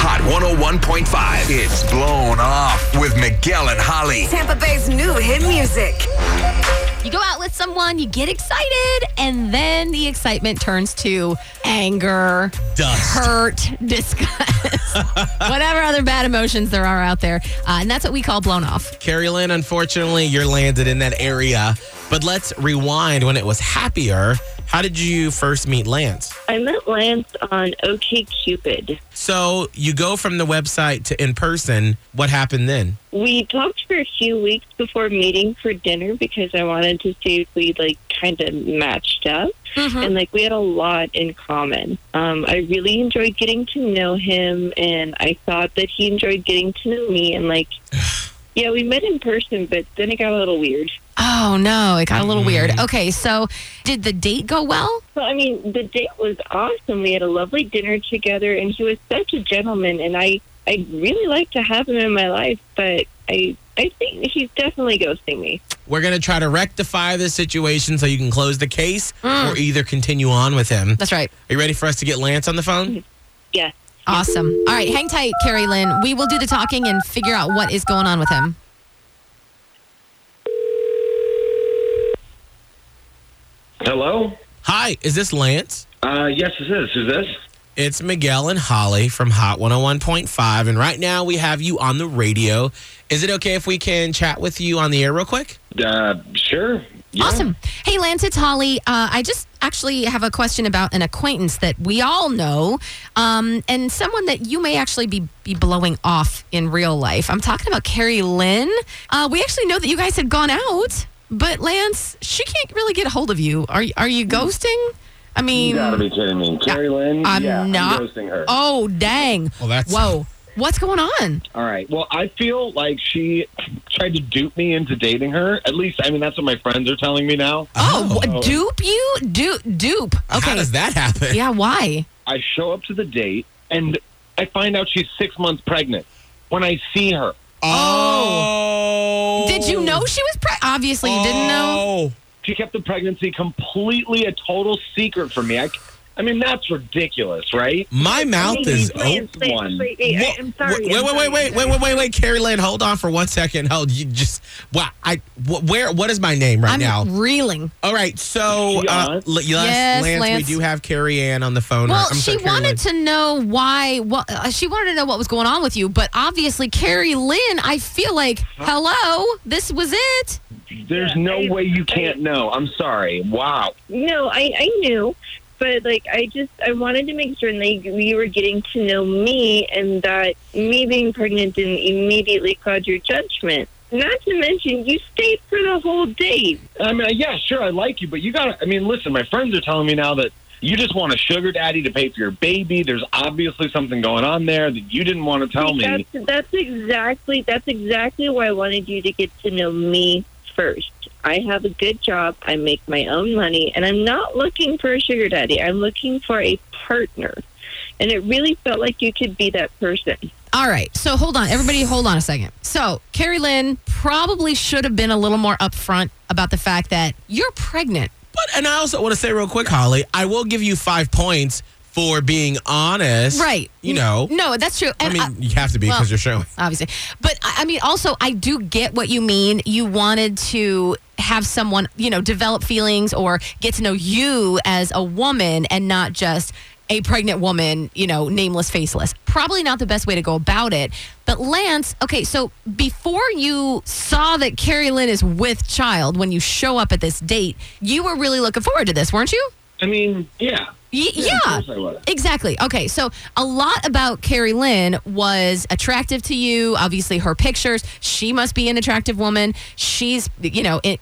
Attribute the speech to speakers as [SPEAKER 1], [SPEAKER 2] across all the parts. [SPEAKER 1] 101.5. It's Blown Off with Miguel and Holly.
[SPEAKER 2] Tampa Bay's new hit music.
[SPEAKER 3] You go out with someone, you get excited, and then the excitement turns to anger,
[SPEAKER 4] Dust.
[SPEAKER 3] hurt, disgust, whatever other bad emotions there are out there. Uh, and that's what we call blown off.
[SPEAKER 4] Carrie Lynn, unfortunately, you're landed in that area. But let's rewind when it was happier. How did you first meet Lance?
[SPEAKER 5] I met Lance on OK Cupid.
[SPEAKER 4] So you go from the website to in person. What happened then?
[SPEAKER 5] We talked for a few weeks before meeting for dinner because I wanted to see if we like kind of matched up. And like we had a lot in common. Um, I really enjoyed getting to know him, and I thought that he enjoyed getting to know me. And like, yeah, we met in person, but then it got a little weird.
[SPEAKER 3] Oh, no, it got a little weird. Okay, so did the date go well?
[SPEAKER 5] So I mean, the date was awesome. We had a lovely dinner together, and he was such a gentleman. And I, I'd really like to have him in my life, but I, I think he's definitely ghosting me.
[SPEAKER 4] We're going to try to rectify this situation so you can close the case or either continue on with him.
[SPEAKER 3] That's right.
[SPEAKER 4] Are you ready for us to get Lance on the phone?
[SPEAKER 5] Yes.
[SPEAKER 3] Awesome. All right, hang tight, Carrie Lynn. We will do the talking and figure out what is going on with him.
[SPEAKER 6] Hello?
[SPEAKER 4] Hi, is this Lance?
[SPEAKER 6] Uh, yes, this is. Who's this?
[SPEAKER 4] It's Miguel and Holly from Hot 101.5. And right now we have you on the radio. Is it okay if we can chat with you on the air real quick?
[SPEAKER 6] Uh, sure. Yeah.
[SPEAKER 3] Awesome. Hey, Lance, it's Holly. Uh, I just actually have a question about an acquaintance that we all know um, and someone that you may actually be, be blowing off in real life. I'm talking about Carrie Lynn. Uh, we actually know that you guys had gone out, but Lance, she can't really get a hold of you. Are, you- are you ghosting? I mean,
[SPEAKER 6] You gotta be kidding me. Carrie Lynn?
[SPEAKER 3] I'm
[SPEAKER 6] yeah,
[SPEAKER 3] not.
[SPEAKER 6] I'm ghosting her.
[SPEAKER 3] Oh, dang.
[SPEAKER 4] Well, that's-
[SPEAKER 3] Whoa. What's going on?
[SPEAKER 6] All right. Well, I feel like she tried to dupe me into dating her. At least, I mean, that's what my friends are telling me now.
[SPEAKER 3] Oh, what- dupe you? Dupe, dupe.
[SPEAKER 4] How
[SPEAKER 3] Okay.
[SPEAKER 4] does that happen?
[SPEAKER 3] Yeah, why?
[SPEAKER 6] I show up to the date and I find out she's six months pregnant when I see her.
[SPEAKER 4] Oh.
[SPEAKER 3] Did you know she was pregnant? Obviously, you didn't know.
[SPEAKER 4] Oh.
[SPEAKER 6] She kept the pregnancy completely a total secret from me. I, I mean, that's ridiculous, right?
[SPEAKER 4] My mouth is open.
[SPEAKER 6] Lance, Lance, one. wait,
[SPEAKER 4] Wha- Wait, wait, wait, wait, wait, wait, wait, wait, Carrie Lynn, hold on for one second. Hold, you just wow. I wh- where? What is my name right
[SPEAKER 3] I'm
[SPEAKER 4] now?
[SPEAKER 3] reeling.
[SPEAKER 4] All right, so uh,
[SPEAKER 6] Yes.
[SPEAKER 4] l- yes,
[SPEAKER 3] Yes,
[SPEAKER 4] Lance,
[SPEAKER 3] Lance.
[SPEAKER 4] we do have Carrie Ann on the phone.
[SPEAKER 3] Well,
[SPEAKER 4] I'm
[SPEAKER 3] she
[SPEAKER 4] sorry, Carrie Lynn.
[SPEAKER 3] wanted to know why. What uh, she wanted to know what was going on with you, but obviously, Carrie Lynn, I feel like, hello, this was it.
[SPEAKER 6] There's
[SPEAKER 5] Yeah,
[SPEAKER 6] no
[SPEAKER 5] I-
[SPEAKER 6] way you can't know. I'm sorry. Wow.
[SPEAKER 5] No, I, I knew, but like I just I wanted to make sure like we were getting to know me and that me being pregnant didn't immediately cloud your judgment. Not to mention you stayed for the whole date.
[SPEAKER 6] I mean, yeah, sure, I like you, but you gotta. I mean, listen, my friends are telling me now that you just want a sugar daddy to pay for your baby. There's obviously something going on there that you didn't want to tell me.
[SPEAKER 5] That's, that's exactly that's exactly why I wanted you to get to know me first. I have a good job. I make my own money, and I'm not looking for a sugar daddy. I'm looking for a partner, and it really felt like you could be that person.
[SPEAKER 3] All right, so hold on, everybody, hold on a second. So Carrie Lynn probably should have been a little more upfront about the fact that you're pregnant.
[SPEAKER 4] But and I also want to say real quick, Holly, I will give you five points for being honest.
[SPEAKER 3] Right.
[SPEAKER 4] You know.
[SPEAKER 3] No, that's true.
[SPEAKER 4] I
[SPEAKER 3] And uh,
[SPEAKER 4] mean, you have to be because
[SPEAKER 3] well-
[SPEAKER 4] you're showing.
[SPEAKER 3] obviously. But I I mean, also, I do get what you mean. You wanted to have someone, you know, develop feelings or get to know you as a woman and not just a pregnant woman, you know, nameless, faceless. Probably not the best way to go about it. But Lance, okay, so before you saw that Carrie Lynn is with child, when you show up at this date, you were really looking forward to this, weren't you?
[SPEAKER 6] I mean, yeah.
[SPEAKER 3] Y-
[SPEAKER 6] Yeah,
[SPEAKER 3] yeah,
[SPEAKER 6] of course I would.
[SPEAKER 3] exactly. Okay, so a lot about Carrie Lynn was attractive to you. Obviously, her pictures. She must be an attractive woman. She's, you know, i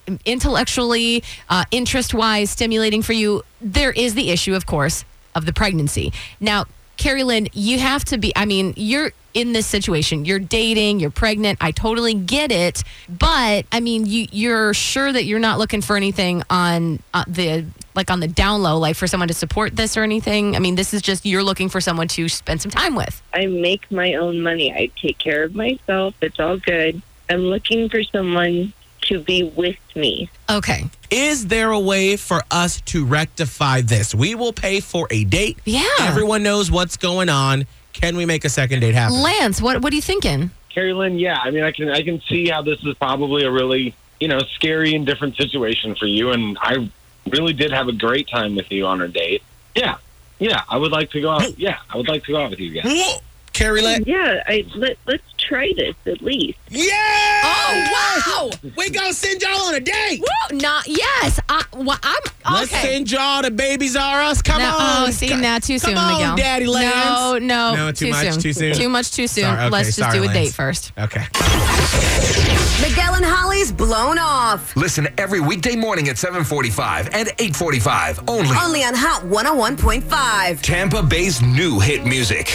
[SPEAKER 3] intellectually, uh, interest-wise, stimulating for you. There is the issue, of course, of the pregnancy. Now, Carrie Lynn, you have to be. I mean, you're in this situation. You're dating. You're pregnant. I totally get it. But I mean, you you're sure that you're not looking for anything on uh, the like on the down low, like for someone to support this or anything. I mean, this is just you're looking for someone to spend some time with.
[SPEAKER 5] I make my own money. I take care of myself. It's all good. I'm looking for someone to be with me.
[SPEAKER 3] Okay.
[SPEAKER 4] Is there a way for us to rectify this? We will pay for a date.
[SPEAKER 3] Yeah.
[SPEAKER 4] Everyone knows what's going on. Can we make a second date happen?
[SPEAKER 3] Lance, what what are you thinking?
[SPEAKER 6] Carrie Lynn, yeah, I mean, I can I can see how this is probably a really you know scary and different situation for you, and I really did have a great time with you on our date. Yeah, yeah, I would like to go out. Yeah, I would like to go out with you again.
[SPEAKER 4] Whoa, Carrie Lynn.
[SPEAKER 5] Yeah, I let let's try this at least.
[SPEAKER 4] Yeah!
[SPEAKER 3] Oh wow!
[SPEAKER 4] We gonna send y'all on a date.
[SPEAKER 3] Woo! Not yes. I, well, I'm
[SPEAKER 4] Let's
[SPEAKER 3] okay.
[SPEAKER 4] send y'all to Babies R Us. Come
[SPEAKER 3] No,
[SPEAKER 4] on.
[SPEAKER 3] oh, see, now too
[SPEAKER 4] Come
[SPEAKER 3] soon,
[SPEAKER 4] on,
[SPEAKER 3] Miguel.
[SPEAKER 4] Daddy
[SPEAKER 3] No,
[SPEAKER 4] Lance.
[SPEAKER 3] no,
[SPEAKER 4] No, too much,
[SPEAKER 3] soon.
[SPEAKER 4] too soon.
[SPEAKER 3] Too much, too soon.
[SPEAKER 4] Sorry, okay,
[SPEAKER 3] Let's just
[SPEAKER 4] sorry,
[SPEAKER 3] do a
[SPEAKER 4] Lance.
[SPEAKER 3] date first.
[SPEAKER 4] Okay.
[SPEAKER 2] Miguel and Holly's blown off.
[SPEAKER 1] Listen every weekday morning at 745 and 845 only.
[SPEAKER 2] Only on Hot 101.5.
[SPEAKER 1] Tampa Bay's new hit music.